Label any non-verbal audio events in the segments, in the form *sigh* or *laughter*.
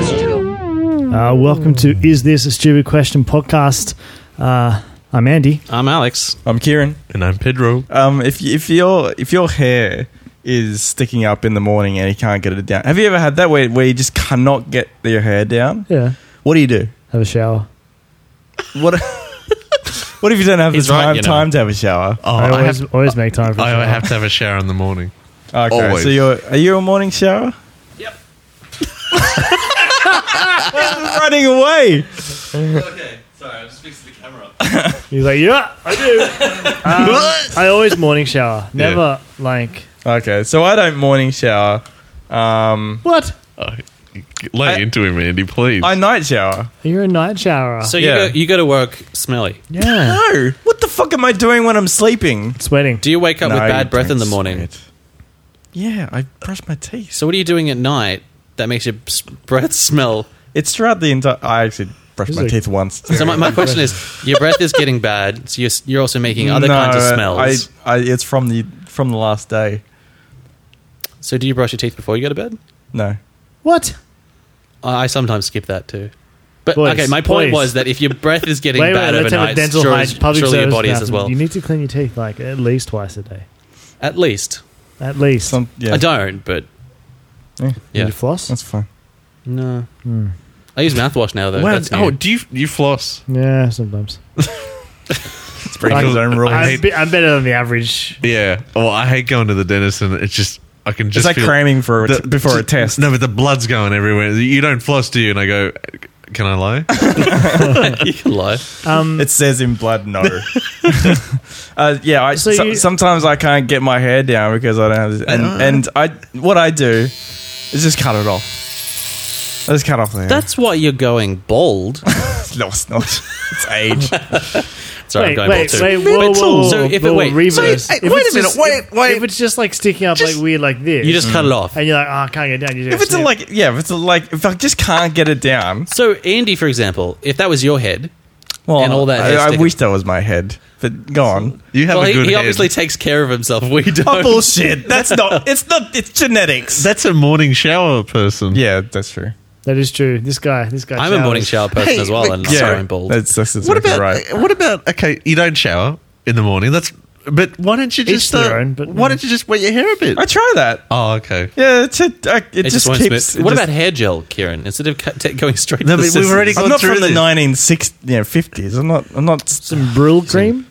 Uh, welcome to Hmm. Is This a Stupid Question podcast. Uh, I'm Andy. I'm Alex. I'm Kieran. And I'm Pedro. Um, if y- if your if your hair is sticking up in the morning and you can't get it down, have you ever had that where where you just cannot get your hair down? Yeah. What do you do? Have a shower. What *laughs* What if you don't have the He's right, time, you know. time to have a shower? Oh, I I, always, have, always make time for a I shower. have to have a shower in the morning. Okay, Always. so you're are you a morning shower? Yep. I'm running away. Okay. Sorry, I'm just fixing the camera up. He's like, yeah, I *laughs* do. Um, I always morning shower. Never like Okay, so I don't morning shower. Um, what? Oh, lay I- into him, Andy, please. I night shower. You're a night showerer. So you Yeah. go, you go to work smelly. *laughs* yeah, No, what the fuck am I doing when I'm sleeping? sweating. Do you wake up No, with bad you breath don't in the morning? sweat. Yeah, I brush my teeth. So what are you doing at night that makes your s- breath smell? It's throughout the entire. I actually brushed This my is a- teeth once. So my, my question *laughs* is, your breath is getting bad. So you're, s- you're also making other No, kinds of smells. I, I, it's from the from the last day. so do you brush your teeth before you go to bed? No, What? I, I sometimes skip that too. But Boys, okay, my point boys. was that if your breath is getting Wait, wait, bad let's have a overnight, dental surely, hygiene. Public surely your service body is as announcement. well. You need to clean your teeth like at least twice a day. At least At least. some, yeah, I don't, but Yeah, Do yeah, You floss? that's fine. no. Hmm. I use mouthwash now though. Wow, That's new. oh, do you you floss? Yeah, sometimes. It's pretty I- good. I'm, I- be- I'm better than the average. Yeah. Well, I hate going to the dentist, and it's just I can It's just like feel cramming for a the- t- before a just- test. No, but the blood's going everywhere. You don't floss, do you? And I go, can I *laughs* lie? you can lie. Um, It says in blood, no. uh, yeah, I, So so- you- sometimes I can't get my hair down because I don't have. This, and Uh-huh. and I what I do is just cut it off. I just cut off the hair. That's why you're going bald. no, it's not. It's age. Sorry, wait, I'm going wait, bald too. wait, whoa, whoa, But- whoa, so if whoa, it wait, reverse. so If wait it's a minute, just- wait, if- wait. If it's just like sticking up Just- like weird like this, you just cut it off. and you're like, oh, I can't get down. You just if it's a, like yeah, if it's a, like if I just can't get it down, So Andy, for example, if that was your head, well, And all that hair I, I sticking- wish that was my head, but go on. You have well, a he, good he head. obviously takes care of himself. We *laughs* don't. Oh, bullshit. That's not. It's not. It's genetics. That's a morning shower person. yeah, that's true. that is true. This guy, this guy. I'm a morning showers. shower person Hey, as well, but- and yeah. I'm going bald. That's, that's exactly What about right. what about okay? You don't shower in the morning. That's but why don't you just their uh, own, but why no. don't you just wet your hair a bit? I try that. Oh, okay. Yeah, it's a, I, it, it just, just, won't keeps. smooth. it What just- about hair gel, Kieran? Instead of cut, t- going straight. No, to the but we've scissors. already I'm gone not through from the this. 1960s, yeah, 50s. I'm not. I'm not. Some Brill cream.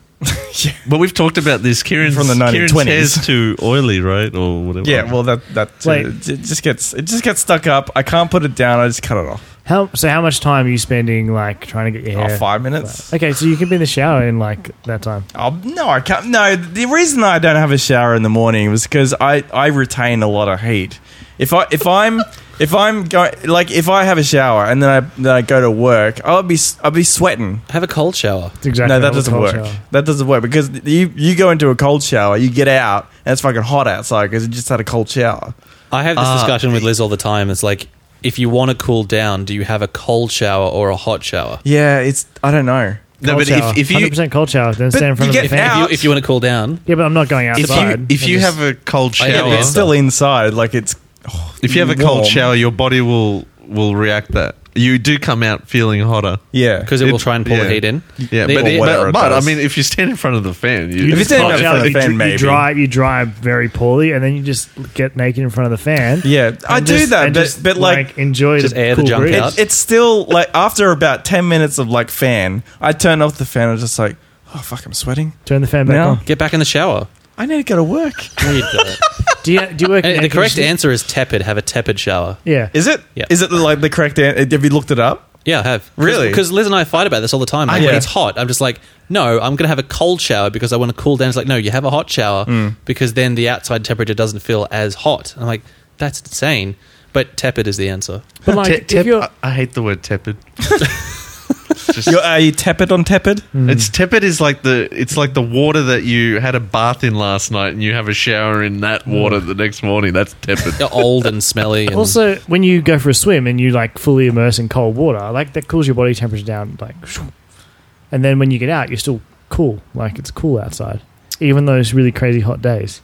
But we've talked about this. Kieran's From the Kieran's 1920s. hair's too oily, right, or whatever. Yeah, well, that that too. Wait. it it just gets it just gets stuck up. I can't put it down. I just cut it off. How so? How much time are you spending like trying to get your Oh, hair? five minutes. Okay, so you can be in the shower in like that time. Oh, no, I can't. No, the reason I don't have a shower in the morning was because I, I retain a lot of heat. If I if I'm if I'm going like if I have a shower and then I then I go to work, I'll be s- I'll be sweating. have a cold shower. It's exactly. no, like that a doesn't cold work. shower. That doesn't work because you you go into a cold shower, you get out, and it's fucking hot outside because you just had a cold shower. I have this Uh, discussion with Liz all the time. It's like if you want to cool down, do you have a cold shower or a hot shower? Yeah, it's I don't know. no, Cold but shower. if, if you 100% cold shower, then stand in front you of the get fan. out- You, if you want to cool down, Yeah, but I'm not going if outside. you if I'm you just- have a cold I get shower, the It's still inside, like it's. oh, if you have a warm. cold shower, your body will will react that. You do come out feeling hotter. yeah, because it, It- will try and pull the yeah. heat in. Yeah, The- but, it- whatever but, it but, I does. mean, if you stand in front of the fan, you, You If just it's in cold front of shower, the you, fan, dr- you maybe. dry you dry very poorly, and then you just get naked in front of the fan. Yeah, and I do just- that, and but- just, but, like, enjoy just the air the cool junk breeze. out. it's still like after about ten minutes of like fan, I turn off the fan. I'm just like, oh fuck, I'm sweating. Turn the fan back Now? on. Get back in the shower. I need to go to work. No, you don't. Do you do you work? in And air the correct conditioning? answer is tepid. Have a tepid shower. Yeah, Is it? Is Yeah. it like the correct answer? Have you looked it up? Yeah, I have. Really? Because Liz and I fight about this all the time. Like, Yeah. When it's hot, I'm just like, no, I'm going to have a cold shower because I want to cool down. It's like, no, you have a hot shower because then the outside temperature doesn't feel as hot. I'm like, that's insane. But tepid is the answer. but like Te- if tep- you're I, I hate the word tepid. Just- You're, are you tepid on tepid? Hmm. It's tepid is like the it's like the water that you had a bath in last night and you have a shower in that water the next morning. That's tepid. You're old and smelly. And also when you go for a swim and you like fully immerse in cold water, like that cools your body temperature down, like, shoo. and then when you get out, you're still cool. Like it's cool outside, even those really crazy hot days.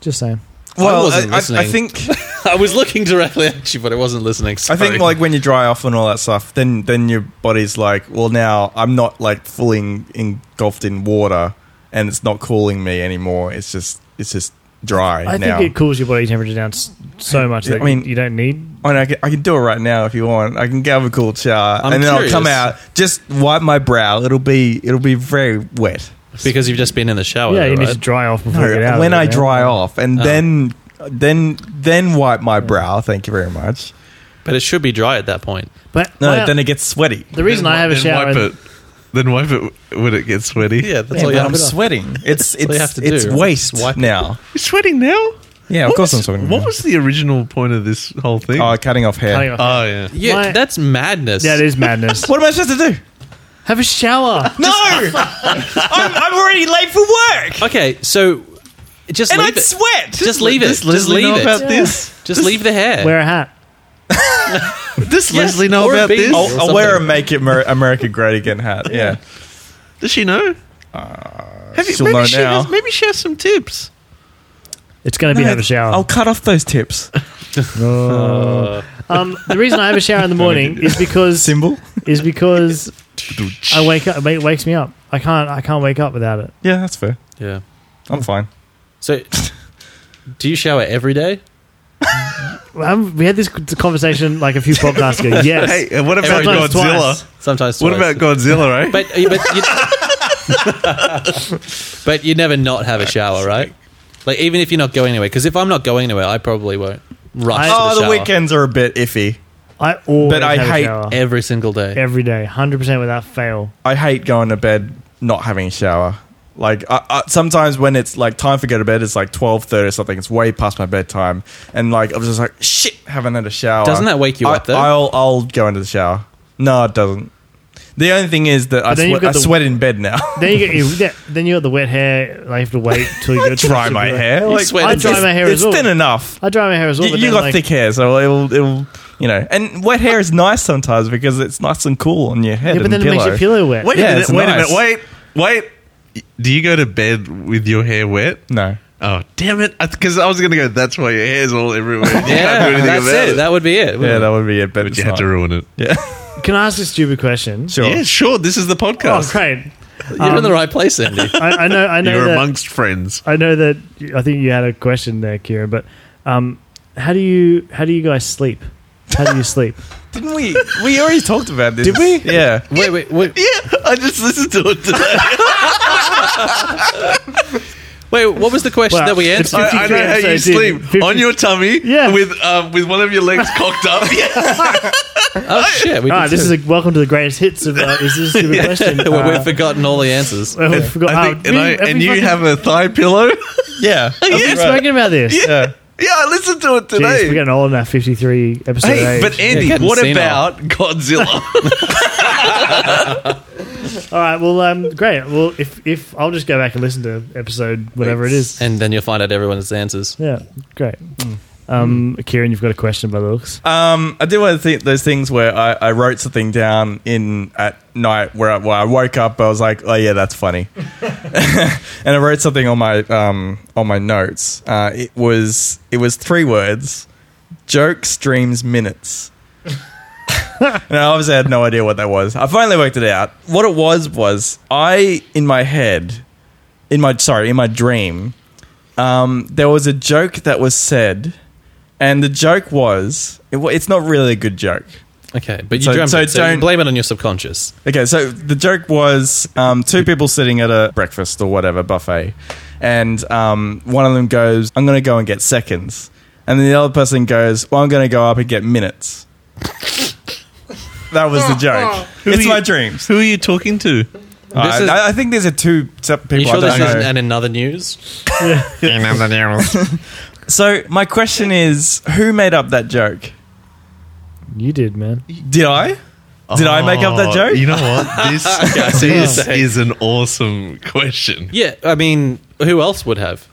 Just saying. I wasn't I, I listening. *laughs* think *laughs* I was looking directly at you, but I wasn't listening. I Sorry. think like when you dry off and all that stuff, then then your body's like, well, now I'm not like fully en- engulfed in water, and it's not cooling me anymore. It's just it's just dry I now. think it cools your body temperature down s- so much that I mean- you don't need. I, mean, I, can, I can do it right now if you want. I can have a cool shower, I'm and then curious. I'll come out. Just wipe my brow. It'll be it'll be very wet. because you've just been in the shower. yeah, though, you need Oh, right? to dry off before you get No, out. when of it, I yeah. dry off, and Oh. then then then wipe my brow. Thank you very much. but it should be dry at that point. But No, my- then it gets sweaty. the reason Then I have a shower. wi- Then and- wipe it. Then wipe it when it gets sweaty. Yeah, Yeah, that's but all you But have I'm to sweating. *laughs* It's all you it's have to it's do. waste Just wipe it. now. You're sweating now. Yeah, of What course was- I'm sweating. What now. was the original point of this whole thing? Oh, cutting off hair. Cutting off. Oh, yeah. do. Yeah, My- that's madness. that is madness. What am I supposed to do? have a *laughs* shower. No, I'm, I'm already late for work, Okay, so just and leave I it. sweat. Just leave it. Does Just Leslie leave know about it. this? Just leave the hair. Wear a hat. Does Leslie know Or a about beanie. this? Oh. I'll, I'll wear a "Make It Mer- America Great Again" hat. Yeah, Does she know? Have you, Uh, she'll maybe, know she now. Has, maybe she has some tips. It's going to be have a shower. I'll cut off those tips. *laughs* Um, the reason I have a shower in *laughs* the morning is because Symbol. is because I wake up. It wakes me up. I can't. I can't wake up without it. Yeah, that's fair. Yeah. I'm fine. So, do you shower every day? Um, we had this conversation like a few podcasts ago. *laughs* Yes. Hey, and what about Every time Godzilla? it's twice. Sometimes. What twice. about Godzilla, eh? right? But but you, but you never not have a shower, right? Like even if you're not going anywhere, because if I'm not going anywhere, I probably won't I- rush. to Oh, the shower weekends are a bit iffy. I always But I have hate a shower every single day. every day, hundred percent without fail. I hate going to bed not having a shower. Like I, I, sometimes when it's like time for go to bed, it's like twelve thirty or something. It's way past my bedtime, and like I was just like, shit, haven't had a shower. Doesn't that wake you I, up, though? I'll I'll go into the shower. No, it doesn't. The only thing is that I, then you've sweat, got I the- sweat in bed now. *laughs* Then you get *laughs* you, yeah, then you got the wet hair. Like you have to wait till you I get *laughs* dry my hair. Like, sweat I in dry bed. my hair it's as well. thin enough. I dry my hair as well. You, but you then, got like, thick hair, so it'll it'll you know. And wet hair is nice sometimes because it's nice and cool on your head. Yeah, but and then it makes your pillow wet. wait Yeah, a minute, it's wait nice. a minute, wait, wait. Do you go to bed with your hair wet? No. Oh, damn it. Because I, was going to go, that's why your hair's all everywhere. You can't Yeah, do anything that's about it. it. That would be it. Yeah, wouldn't that it? would be it. But but it's you had not. to ruin it. Yeah, Can I ask a stupid question? sure. Yeah, sure. This is the Oh, podcast. great. You're in the right place, Andy. I, I know. *laughs* I know You're that. amongst friends. I know that. I think you had a question there, Kieran. But um, how do you how do you guys sleep? How do you *laughs* sleep? Didn't we? We already talked about this. Did we? Yeah. wait, wait, wait, Yeah, I just listened to it today. wait. What was the question Well, that we it's- answered? it's- *laughs* I, I know how you So, dude, sleep 50 on your tummy Yeah. with um, with one of your legs cocked up. Yeah. *laughs* Oh shit, we All did right, this too. is a, welcome to the greatest hits of uh, is *laughs* this a stupid question? We- Uh, *laughs* We've forgotten all the *laughs* answers. I forgot. I think, uh, and we- I, have and we you fucking- have a thigh pillow. *laughs* Yeah. *laughs* We've Yeah. spoken about this. Yeah. yeah, I listened to it Jeez, today. we're getting old now. Fifty three episode hey, eight. but Andy, getting what senile. about Godzilla? All right. Well, um, great. Well, if if I'll just go back and listen to episode whatever it is. And then you'll find out everyone's answers. Yeah, great. Hmm. Um, Kieran, you've got a question by the looks. Um, I did one of the th- those things where I, I wrote something down in at night where I, where I woke up. I was like, oh yeah, that's funny, *laughs* and I wrote something on my um, on my notes. Uh, it was it was three words: joke streams minutes. *laughs* and I obviously had no idea what that was. I finally worked it out. What it was was I in my head, in my sorry, in my dream, um, there was a joke that was said. And the joke was, it, wa- it's not really a good joke. Okay, but you So- dreamt so it, so you don't- blame it on your subconscious. Okay, so the joke was um, two people sitting at a breakfast or whatever buffet, and um, one of them goes, "I'm going to go and get seconds," and then the other person goes, "Well, I'm going to go up and get minutes." that was the joke. *laughs* Who it's you- my dreams. Who are you talking to? I, is- I I think there's a two separate Are you people. sure I this don't know. isn't and another news? so my question is, who made up that joke? You did, man. Did I? Did I make up that joke? Oh, You know what? This, this is an awesome question. Yeah, I mean, who else would have?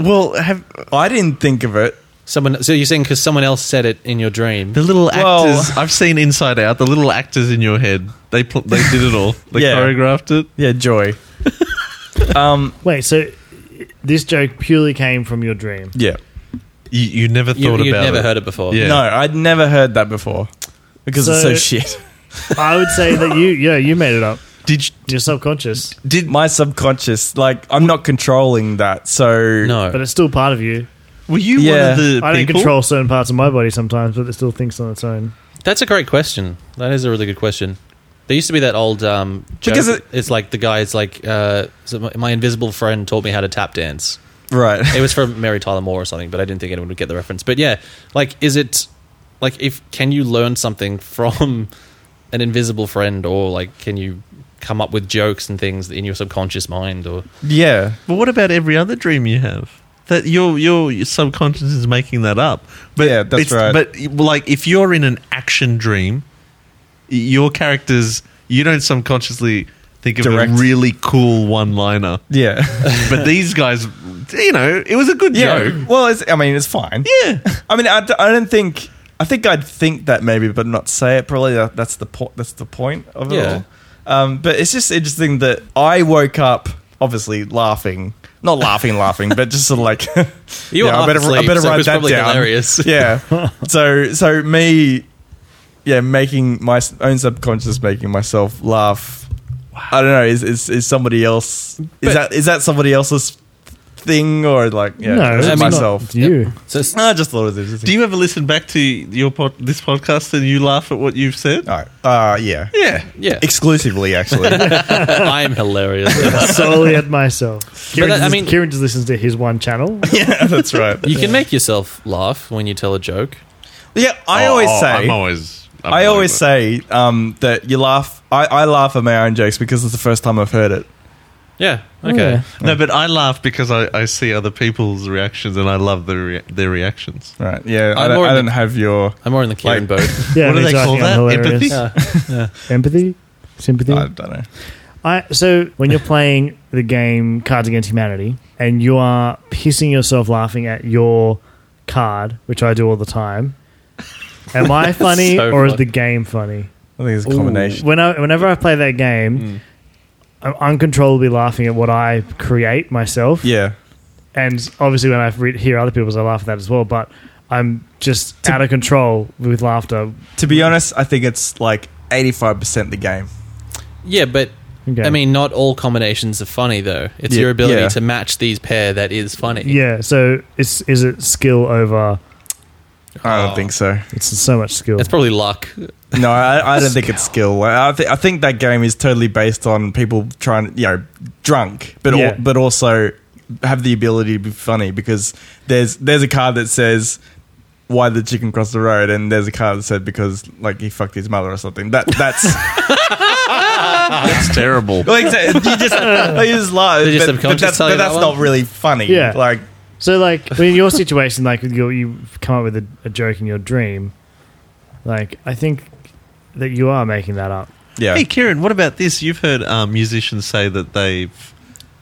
Well, have I didn't think of it. Someone. So you're saying because someone else said it in your dream? the little Well- actors I've seen Inside Out, the little actors in your head, they pl- they did it all. They Yeah. choreographed it. Yeah, *laughs* joy. um, Wait, so this joke purely came from your dream. yeah. You, you never You, thought you'd about never it. heard it before. Yeah. No, I'd never heard that before because it's So- so shit. I would say that you, *laughs* yeah, you made it up. Did you, Your subconscious, *laughs* did My subconscious, like I'm not controlling that. So No. but it's still part of you. were you Yeah. one of the I don't people? control certain parts of my body sometimes, but it still thinks on its own. That's a great question. That is a really good question. There used to be that old um, joke. Because it- it's like the guy. It's like uh, so my, my invisible friend taught me how to tap dance. right. *laughs* It was from Mary Tyler Moore or something, but I didn't think anyone would get the reference. But yeah, like, is it like if can you learn something *laughs* from an invisible friend, or like can you come up with jokes and things in your subconscious mind? Or Yeah. But what about every other dream you have? That your your subconscious is making that up. But Yeah, that's it's- right. But like, if you're in an action dream, y- your characters you don't subconsciously think of Direct. a really cool *laughs* one-liner. *laughs* Yeah. but these guys, you know, it was a good yeah. joke. Well, it's, I mean, it's fine. Yeah. I mean, I, d- I don't think. I think I'd think that maybe, but not say it. Probably that, that's the po- that's the point of it Yeah. all. Um, but it's just interesting that I woke up obviously laughing, not laughing, *laughs* laughing, but just sort of like *laughs* You were yeah, half I better asleep, I better so it write was that probably down. *laughs* hilarious. *laughs* Yeah. So so me, yeah, making my s- own subconscious making myself laugh. I don't know. Is is, is somebody else? Is But- that is that somebody else's thing or like yeah? no, is it's it I mean, not. myself. It's you. so I just thought it was interesting. Do you ever listen back to your pod, this podcast and you laugh at what you've said? Oh, uh, yeah. Yeah. *laughs* yeah, Exclusively, actually. *laughs* I'm *laughs* hilarious. solely at myself. Kieran, that- I just, mean- Kieran just listens to his one channel. yeah, that's right. you can make yourself laugh when you tell a joke. Yeah, I Oh, always oh, say. I'm always. I'm I always say um, that you laugh. I, I laugh at my own jokes because it's the first time I've heard it. Yeah. Oh, Okay. yeah. No, but I laugh because I, I see other people's reactions and I love their rea- their reactions. *laughs* Right? Yeah, I'm I don't, more I the- don't have your. I'm more in the Kieran Like- boat. *laughs* Yeah, What do they exactly, call I'm that? hilarious. Empathy? Yeah. Empathy, sympathy. I don't know. I, so when *laughs* you're playing the game Cards Against Humanity and you are pissing yourself laughing at your card, which I do all the time, am I funny *laughs* So or is funny. the game funny? I think it's a combination. When I, whenever I play that game, Hmm. I'm uncontrollably laughing at what I create myself. Yeah, and obviously when I re- hear other people's, I laugh at that as well. But I'm just out of control with laughter. to be honest, I think it's like eighty-five percent the game. Yeah, but Okay. I mean, not all combinations are funny though. It's Yeah, your ability yeah. to match these pair that is funny. yeah. So it's is it skill over? I Oh. don't think so. It's so much skill. It's probably luck. No, I, I don't think it's skill. I, I think I think that game is totally based on people trying, you know, drunk, but al- Yeah. but also have the ability to be funny because there's there's a card that says why did the chicken cross the road, and there's a card that said because like he fucked his mother or something. That that's *laughs* That's terrible. like you just like, you just laugh, Did your but, subconscious but that's, tell you but that that's one? not really funny. Yeah. like so like I mean, in your situation, like you you come up with a, a joke in your dream. Like I think that you are making that up. yeah, Hey, Kieran, what about this? You've heard um, musicians say that they've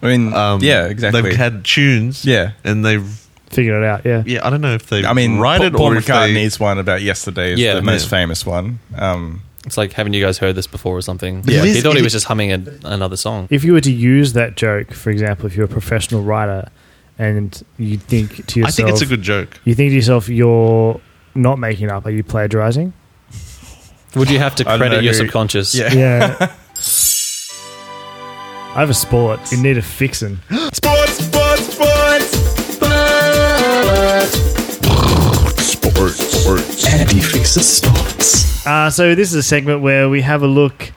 I mean, um, yeah, exactly. They've had tunes, yeah, and they've Figure it out. Yeah. yeah. I don't know if they. I mean, write it Paul or if they. McCartney's one about yesterday is Yeah. the most Yeah. famous one. Um, It's like, haven't you guys heard this before or something? Yeah. Like, he Liz- thought he it- was just humming a, another song. If you were to use that joke, for example, if you're a professional writer, and you think to I yourself, think it's a good joke. you think to yourself, you're not making up. Are you plagiarizing? *laughs* Would you have to I don't credit know your who- subconscious? yeah. Yeah. I have a sport. You need a fixin'. Sports, sports, sports, sports. Uh, so this is a segment where we have a look,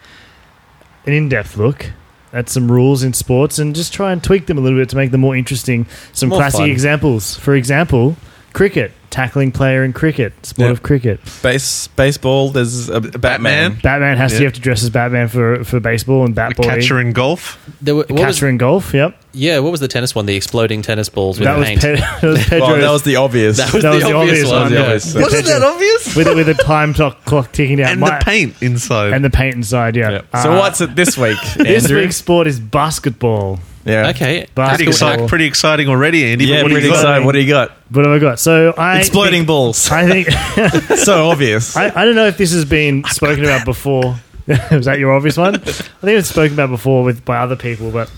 an in-depth look at some rules in sports and just try and tweak them a little bit to make them more interesting. Some More classic fun. examples. For example, cricket. Tackling player in cricket. Sport Yeah. of cricket. Base, baseball. There's a, a Batman. Batman has to Yeah. you have to dress as Batman for for baseball and bat A boy. catcher in golf. There were, what Catcher was, in golf. Yep. yeah, what was the tennis one? The exploding tennis balls with That was, paint. Pe- *laughs* that was Pedro's. Well, that was the obvious. that was *laughs* that the was the obvious obvious, one. one, yeah. yeah. obvious. Wasn't that obvious? with, a- with a time clock, clock ticking down. and My- the paint inside. and the paint inside. Yeah. Yeah. Uh, so what's it this week? This Andrew? week's sport is basketball. Yeah. *laughs* Okay, Pretty pretty, That's cool. exciting, pretty exciting already, Andy. Yeah, but what do you pretty got? excited. What do you got? What have I got? So I Exploding balls. I think *laughs* so obvious. I, I don't know if this has been spoken about before. *laughs* Was that your obvious one? I think it's spoken about before with by other people, but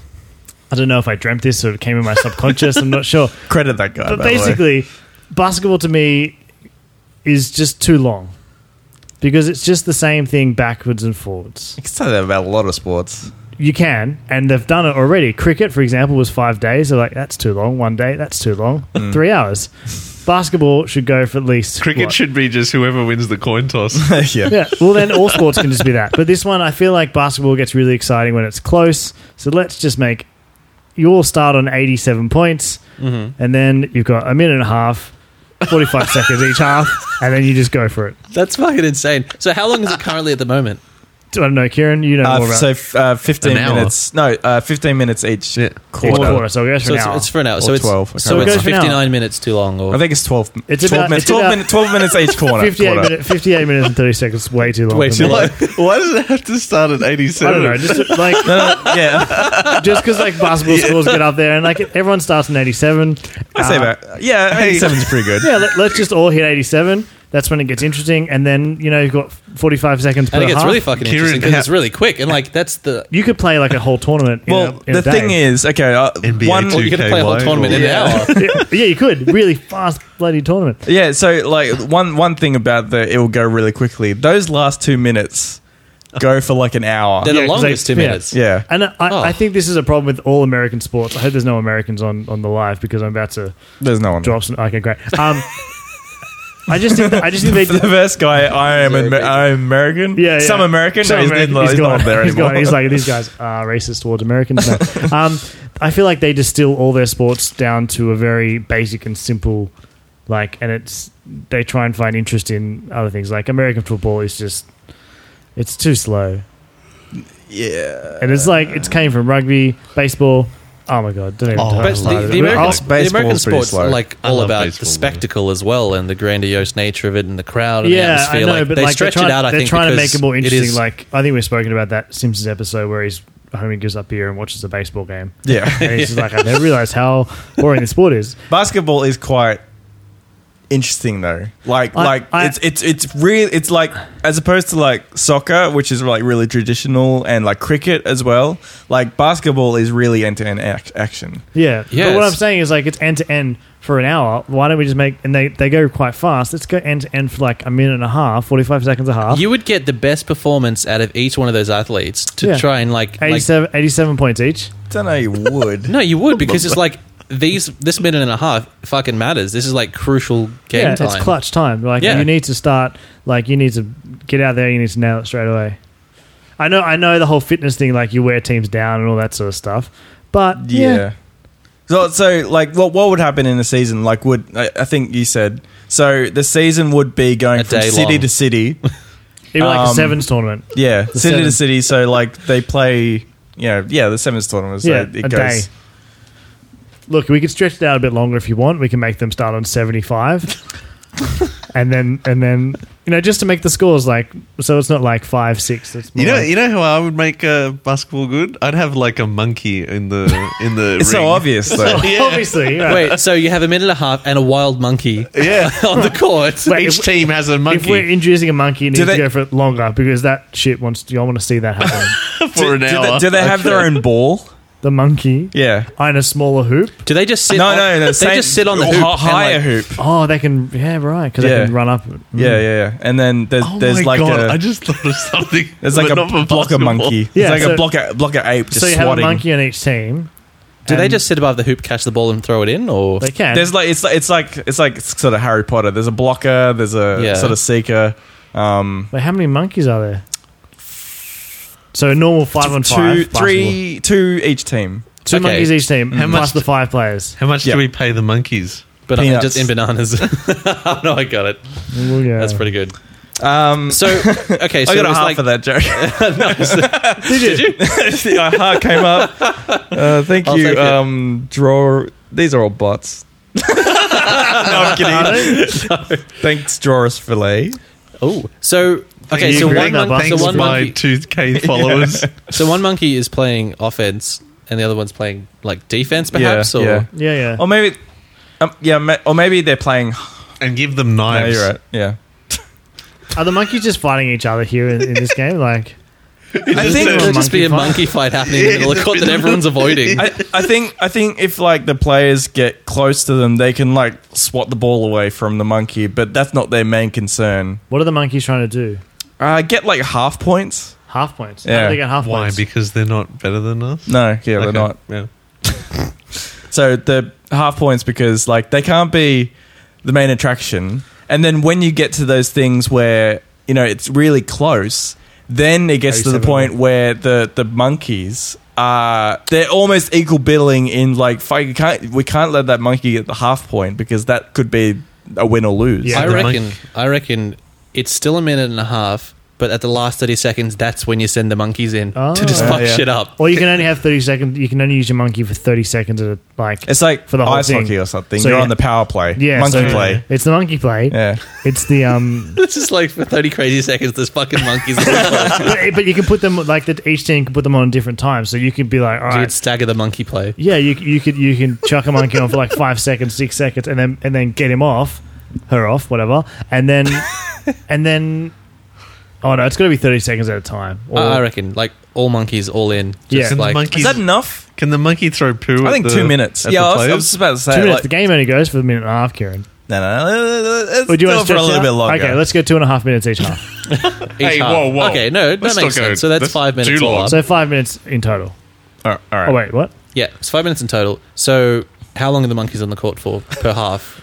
I don't know if I dreamt this or it came in my subconscious. I'm not sure. Credit that guy. But by the way. basically, basketball to me is just too long because it's just the same thing backwards and forwards. You can say that about a lot of sports. *laughs* You can, and they've done it already. Cricket, for example, was five days. They're like, that's too long. One day, that's too long. Three hours. Basketball should go for at least Cricket what? should be just whoever wins the coin *laughs* toss. yeah. Yeah. Well, then all sports can just be that. But this one, I feel like basketball gets really exciting when it's close. So let's just make you all start on 87 points, and then you've got a minute and a half, 45 seconds each half, and then you just go for it. That's fucking insane. So how long is it currently at the moment? I don't know, Kieran. You know Uh, more about so f- uh, 15 An hour. minutes. No, uh, 15 minutes each Yeah. each quarter. quarter. So we'll go for So an it's, hour. it's for an hour. Or So it's 12. I can't so remember. it's It goes for an hour. fifty nine minutes too long. Or I think it's 12. It's 12, about- minutes, it's 12, about- minutes, 12 *laughs* minutes each corner. 58, quarter. minute, 58 minutes and 30 seconds. Way too long. Way for *laughs* too me. long. Why, why does it have to start at I 87? don't know. Just like yeah. just because like basketball scores get up there and like everyone starts in Uh, 87. I *laughs* say about. Yeah, 87's pretty good. Yeah, let, let's just all hit 87. That's when it gets interesting, and then you know you've got 45 seconds per and it gets half. really fucking Kieran, interesting because how- it's really quick and like that's the you could play like a whole tournament. In Well, a, in the a day. thing is, okay, uh, NBA one. too. you could play a whole KY tournament in or- *laughs* an hour. yeah, yeah, you could really fast bloody tournament. Yeah, so like one one thing about the it will go really quickly. Those last two minutes go for like an hour. They're the Yeah, 'cause longest they- two yeah. minutes. Yeah, And I, Oh. I think this is a problem with all American sports. I hope there's no Americans on, on the live because I'm about to there's no one. drop some. Okay, great. Um, I just think that, I just think *laughs* they For *laughs* the first guy, I am an, I'm American. Yeah, yeah. some American. Some no, he's, American. not- he's gone. not there He's anymore. gone. He's like these guys are racist towards Americans. No. um, I feel like they distill all their sports down to a very basic and simple, like, and it's they try and find interest in other things. Like American football is just. It's too slow, yeah, and it's like it's came from rugby, baseball. Oh my god! Don't even Oh, talk But I the, about the, it. love it. We're American, all- Baseball's the American pretty sports slow. are like I all love about the baseball, yeah. spectacle as well and the grandiose nature of it and the crowd and the yeah, I atmosphere. know, like, but they like stretch they're it trying, out. I they're think trying to make because it more interesting. is- like I think we've spoken about that Simpsons episode where he's homie gives up beer and watches a baseball *laughs* game. *laughs* yeah. And he's just like, I never realized how boring the sport is. Basketball is quite interesting though. Like I- like I- it's it's it's really it's like as opposed to like soccer, which is like really traditional, and like cricket as well. Like basketball is really end to end action. Yeah. But what Yes. I'm saying is like it's end to end for an hour. Why don't we just make and they, they go quite fast. Let's go end to end for like a minute and a half, forty five seconds a half. You would get the best performance out of each one of those athletes to Yeah. try and like, like 87, 87 points each. Don't *laughs* know you would. No, you would because it's like these this minute and a half fucking matters. This is like crucial game yeah, time. it's clutch time. Like Yeah. you need to start like you need to get out there, you need to nail it straight away. I know I know the whole fitness thing, like you wear teams down and all that sort of stuff. But Yeah. yeah. So, so like, what what would happen in a season? Like, would I, I think you said so? The season would be going A from day city long. to *laughs* city. Even like a Um, sevens tournament. Yeah, city to seven. city. So, like, they play. You know, yeah, the sevens tournament. So yeah, it a goes. day. Look, we could stretch it out a bit longer if you want. We can make them start on *laughs* seventy-five, and then and then you know just to make the scores like so it's not like five six. It's more You know, *laughs* like- you know how I would make uh, basketball good? I'd have like a monkey in the in the. It's so ring. obvious *laughs* though. obviously. yeah. Wait, so you have a minute and a half and a wild monkey *laughs* *laughs* Yeah. on *laughs* the court. Wait, Each if- team has a If we're monkey introducing a monkey, it needs they- to go for it longer because that shit wants. To, I want to see that happen. *laughs* for an do, hour. They, do they have their own ball? the monkey Yeah. on a smaller hoop. Do they just sit? No, on, no, no. They same- just sit on the or hoop. hi- Higher and like, hoop. Oh, they can. Yeah, right. Because Yeah. they can run up. Mm. Yeah, yeah, yeah. And then there's, Oh there's my like god! a I just thought of something. *laughs* there's like but a not for blocker basketball. monkey. Yeah, it's like a so- blocker blocker ape just So you have a swatting. monkey on each team. Do they and just sit above the hoop, catch the ball, and throw it in? Or They can. There's like it's like it's like it's like sort of Harry Potter. There's a blocker. There's a Yeah. sort of seeker. Um, Wait, how many monkeys are there? So a normal five on two, five. basketball. three, two each team. Two Okay. monkeys each team, How plus much the do- five players. How much Yeah. do we pay the monkeys? but I'm peanuts. just in bananas. *laughs* no, I got it. Well, yeah. That's pretty good. Um, So *laughs* okay, so I got a it was half like of *laughs* that joke. *laughs* Did you? My heart came *laughs* up. Uh, thank I'll you. take it. Um, draw. These are all bots. no, I'm kidding. Thanks, Drawers Filet. oh, so you okay, so for one, bringing that mon- up. so Thanks, one my monkey, *laughs* 2K followers. so one monkey is playing offense, and the other one's playing like defense, perhaps. or yeah. Yeah, yeah. *laughs* Or maybe, um, yeah, ma- or maybe they're playing. and give them No, knives. you're right. Yeah. Are the monkeys just fighting each other here in, in this game? Like, I think It'll just be a monkey monkey fight happening in the middle of court that everyone's avoiding. I, I think I think if like the players get close to them, they can like swat the ball away from the monkey, but that's not their main concern. What are the monkeys trying to do? Uh, get like half points? Half points. How Yeah. do they get half Why? points? Because they're not better than us. No, yeah, Okay, they're not. Yeah. So the half points because like they can't be the main attraction. And then when you get to those things where you know it's really close, then it gets to the 87. point where the the monkeys are they're almost equal billing in like fuck, you can't, we can't let that monkey get the half point because that could be a win or lose. Yeah, I the reckon. I reckon it's still a minute and a half, but at the last thirty seconds, that's when you send the monkeys in Oh. to just Yeah, fuck yeah. shit up. *laughs* Or you can only have thirty seconds. You can only use your monkey for thirty seconds at a like. It's like For the whole ice thing. hockey or something. So, You're yeah. on the power play, yeah, monkey so play. It's the monkey play. Yeah, It's the *laughs* um. It's just like for thirty crazy seconds, there's fucking monkeys. in the *laughs* but, but you can put them like that. Each team can put them on at different times, so you could be like, all You right, could stagger the monkey play. Yeah, you you could you can chuck a monkey on for like five seconds, six seconds, and then and then get him off, her off, whatever, and *laughs* then and then. Oh no, it's got to be thirty seconds at a time. Or, I I reckon, like all monkeys, all in. Just Yeah. Can, like the monkey, is that enough? can the monkey throw poo? I at think the- two minutes. at Yeah, the I was, I players? was just about to say two minutes. like- the game only goes for a minute and a half, Kieran. No, no, no. Let's Or do you do want to it for a stretch it little out? bit longer. Okay, let's go two and a half minutes each *laughs* half. each Hey, half. whoa, whoa. ah. Okay, no, that Let's makes not go- sense. So that's, that's five minutes too all long. up. so five minutes in total. All right, all right. Oh wait, *laughs* what? yeah, it's five minutes in total. So how long are the monkeys on the court for per half?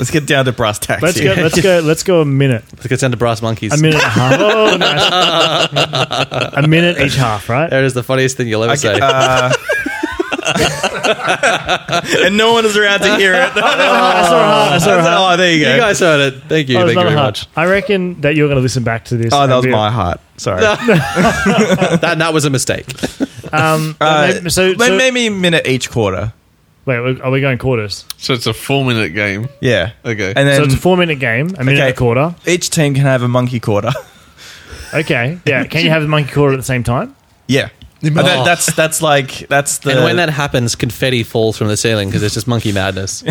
Let's get down to brass tacks. Let's go. here. *laughs* Let's go. Let's go a minute. Let's get down to brass monkeys. A minute and a half. Oh, nice. a minute each half, right? That is the funniest thing you'll ever say. Uh, *laughs* and no one is around to hear it. *laughs* I saw a half. I saw a half. oh, there you *laughs* you go. guys heard it. Thank you. Oh, it's Thank you another very half. much. I reckon that you're going to listen back to this. oh, and that was be- my heart. Sorry. That that was *laughs* a mistake. *laughs* Um, Uh, maybe- so, may- so- maybe a minute each quarter. wait, are we going quarters? So it's a four minute game. Yeah. Okay. And so then it's a four-minute game, a minute Um, Okay. and a quarter. each team can have a monkey quarter. *laughs* Okay, yeah. Can you have the monkey quarter at the same time? yeah. And that- that's that's like that's the and *laughs* when that happens, confetti falls from the ceiling because it's just *laughs* monkey madness.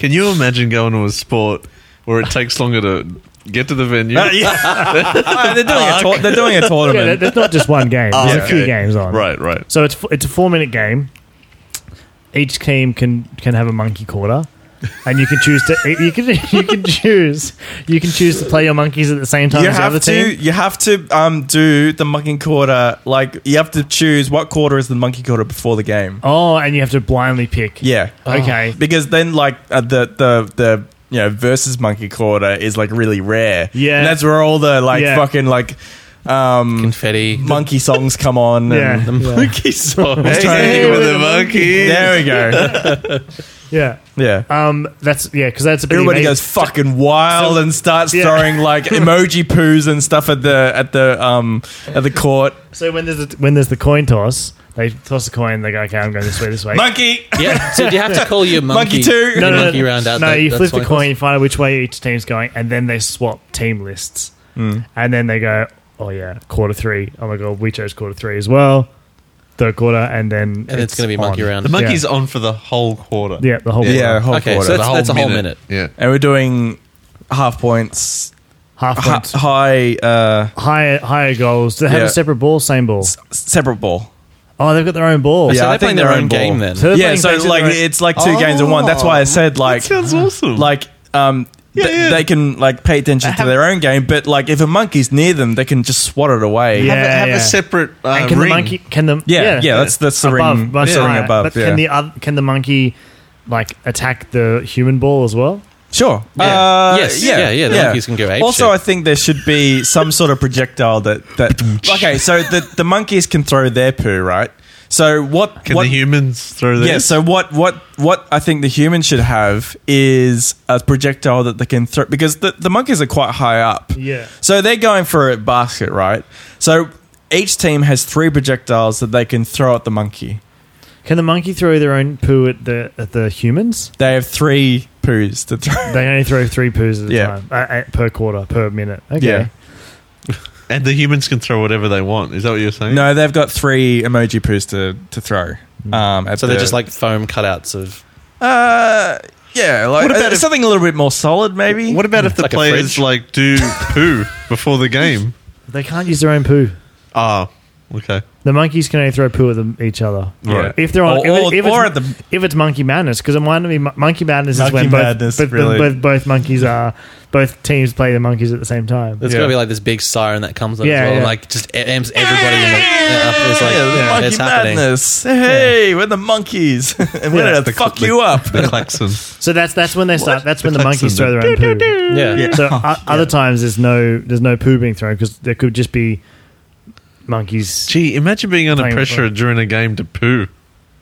Can you imagine going to a sport where it takes longer to get to the venue? Uh, yeah. *laughs* Ah, they're doing a tour- they're doing a Yeah, there- tournament. there's not just *laughs* one Oh, game. There's a okay. few games on. Right, right. So it's f- it's a four-minute game. Each team can can have a monkey quarter, and you can choose to *laughs* you can you can choose you can choose to play your monkeys at the same time you as the other have to team. you have to um do the monkey quarter like you have to choose what quarter is the monkey quarter before the game. Oh, and you have to blindly pick. Yeah. Oh. Okay. because then like uh, the the the you know versus monkey quarter is like really rare. Yeah. and that's where all the like Yeah. fucking like *laughs* um confetti. monkey songs come on. Yeah. and- The monkey song. Hey, trying to hey, think of with the the monkey. There we *laughs* go. Yeah. Yeah. Um. That's yeah. Because that's a pretty Everybody amazing- goes fucking wild So- and starts Yeah. throwing *laughs* like emoji poos and stuff at the at the um at the court. So when there's a, when there's the coin toss, they toss the coin. They go, okay, I'm going this way, this *laughs* way. Monkey. Yeah. So do you have to call your monkey, Monkey two. your no, no, monkey no, round out? no. that- you that's flip the fine. coin, you find out which way each team's going, and then they swap team lists, Hmm. and then they go, oh yeah, quarter three. Oh my god, we chose quarter three as well. Third quarter, and then And it's, going to be monkey on. round. The monkey's on for the whole quarter. Yeah, the whole Yeah, quarter. whole Okay, quarter. so that's- a whole Yeah. and we're doing half points, half hi- points, high uh higher higher goals. Do they have Yeah. a separate ball, same ball? s- separate ball. Oh, they've got their own ball. so Yeah, I they're think playing their, their own own ball. game then. So they're yeah, playing so basically like their own- it's like two games in one. That's Oh. why I said like Sounds awesome. like um th- Yeah, yeah. they can like pay attention to their own game, but like if a monkey's near them, they can just swat it away. Yeah. have a, have a separate uh, and can ring. the monkey? Can the Yeah, yeah, yeah, that's- that's the above, ring- much that's the ring higher. above, But yeah. can the other, can the monkey like attack the human ball as well? Sure. Uh, Yeah. Yes. Yeah, yeah, the monkeys can go ape Also, shit. I think there should be some sort of projectile that *laughs* that. Okay, so the the monkeys can throw their poo, right? So what? can what, the humans throw this? Yeah. So what? What? What? I think the human should have is a projectile that they can throw because the, the monkeys are quite high up. Yeah. So they're going for a basket, right? So each team has three projectiles that they can throw at the monkey. Can the monkey throw their own poo at the at the humans? They have three poos to throw. They only throw three poos at a Yeah. time uh, uh, per quarter per minute. Okay. Yeah. and the humans can throw whatever they want. Is that what you're saying? *laughs* No, they've got three emoji poos to to throw. Hmm. Um, at So they're the- just like foam cutouts of. Uh, yeah, like What about uh, if- something a little bit more solid, maybe. What about if the Like a players fridge. like do poo before the game? They can't use their own poo. Ah, okay. The monkeys can only throw poo at them, each other. Right. If they're on, Or- if, it- or- if it's, or at the- if it's monkey madness, because it might be mon- monkey madness Monkey is when madness, both, both, really. both, both monkeys are both teams play the monkeys at the same time. There's Yeah. got to be like this big siren that comes on Yeah, as well, yeah. and like just a- amps everybody. in the, yeah, it's like yeah, the yeah, monkey it's happening. madness. Hey, we're the monkeys, *laughs* and we're Yeah. gonna fuck you up. The *laughs* klaxon. So that's that's when they start. That's when the, The monkeys klaxon. throw their own poo. Yeah. So o- other times there's no there's no poo being thrown because there could just be monkeys. Gee, imagine being under Playing with pressure fire. during a game to poo.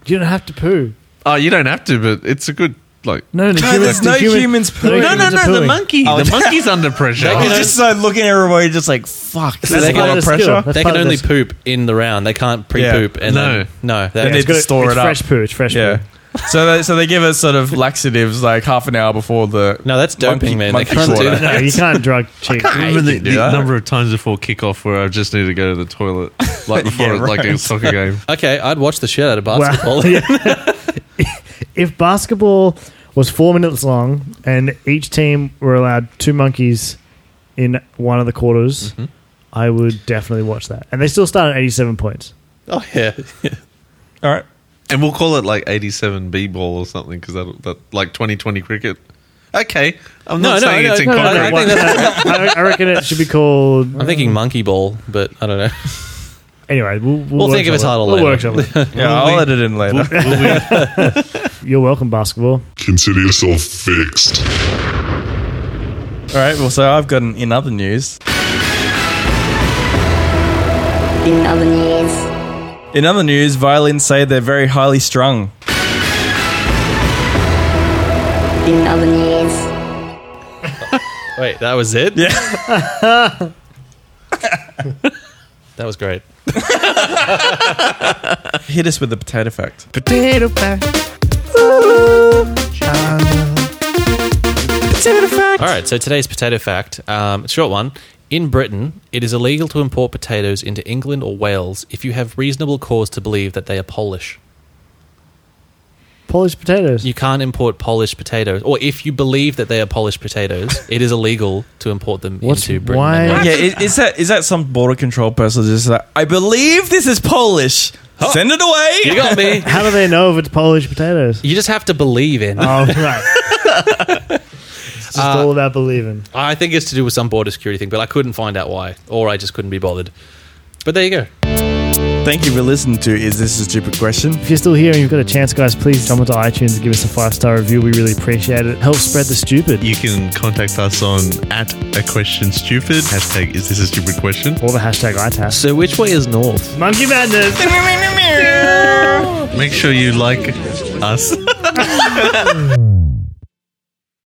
You don't have to poo. Oh, you don't have to, but it's a good like. No, the No, human- there's the no human- humans no, pooing. humans are pooing. monkey. Oh, the monkey's under pressure. They He's can only- just like looking at everybody, just like fuck. So they That's a can lot only- of pressure. That's they part can of only this. poop in the round. They can't pre-poop. And No. then, no, They that, need It's to good- store it's it up. Fresh poo. It's fresh Yeah. poo. so they so they give us sort of laxatives like half an hour before the. no, that's Monkey- doping, man. They monkey can't do slaughter. No, that. you can't *laughs* drug cheat. I remember the, can do the that. number of times before kickoff where I just need to go to the toilet, *laughs* like before Yeah, like a right. soccer game. Okay, I'd watch the shit out *laughs* of basketball. *laughs* Well, yeah. if basketball was four minutes long and each team were allowed two monkeys in one of the quarters, Mm-hmm. I would definitely watch that. And they still start at 87 points. oh yeah, All right. And we'll call it like 87 B ball or something because that, that like 2020 cricket. Okay, I'm No, not no, saying no, it's no, no, incorrect. I no, *laughs* think I, I reckon it should be called. I'm thinking monkey ball, but I don't know. *laughs* Anyway, we'll, we'll, We'll think of a workshop title it. We'll later. workshop *laughs* it. Yeah, I'll edit it in later. You're welcome, basketball. Consider yourself fixed. *laughs* All right. Well, so I've gotten in other news. In other news, In other news, violins say they're very highly strung. in other news, Wait, that was it. Yeah, *laughs* that was great. Hit us with the potato fact. Potato fact. All right, so today's potato fact, um, short one. In Britain, it is illegal to import potatoes into England or Wales if you have reasonable cause to believe that they are Polish. Polish potatoes. You can't import Polish potatoes, or if you believe that they are Polish potatoes, it is illegal to import them What's- into Britain. why- and Wales. Yeah, is, is that is that some border control person just like I believe this is Polish. Send it away. You got me. How do they know if it's Polish potatoes? You just have to believe in. *laughs* Oh, right. *laughs* it's just all Uh, about believing. I think it's to do with some border security thing, but I couldn't find out why, or I just couldn't be bothered. But there you go. Thank you for listening to Is This a Stupid Question? If you're still here and you've got a chance, guys, please jump onto iTunes and give us a five star review. We really appreciate it. Help spread the stupid. you can contact us on at a question stupid hashtag. Is this a stupid question? Or the hashtag ITAS. So which way is north? Monkey Madness! Make sure you like us.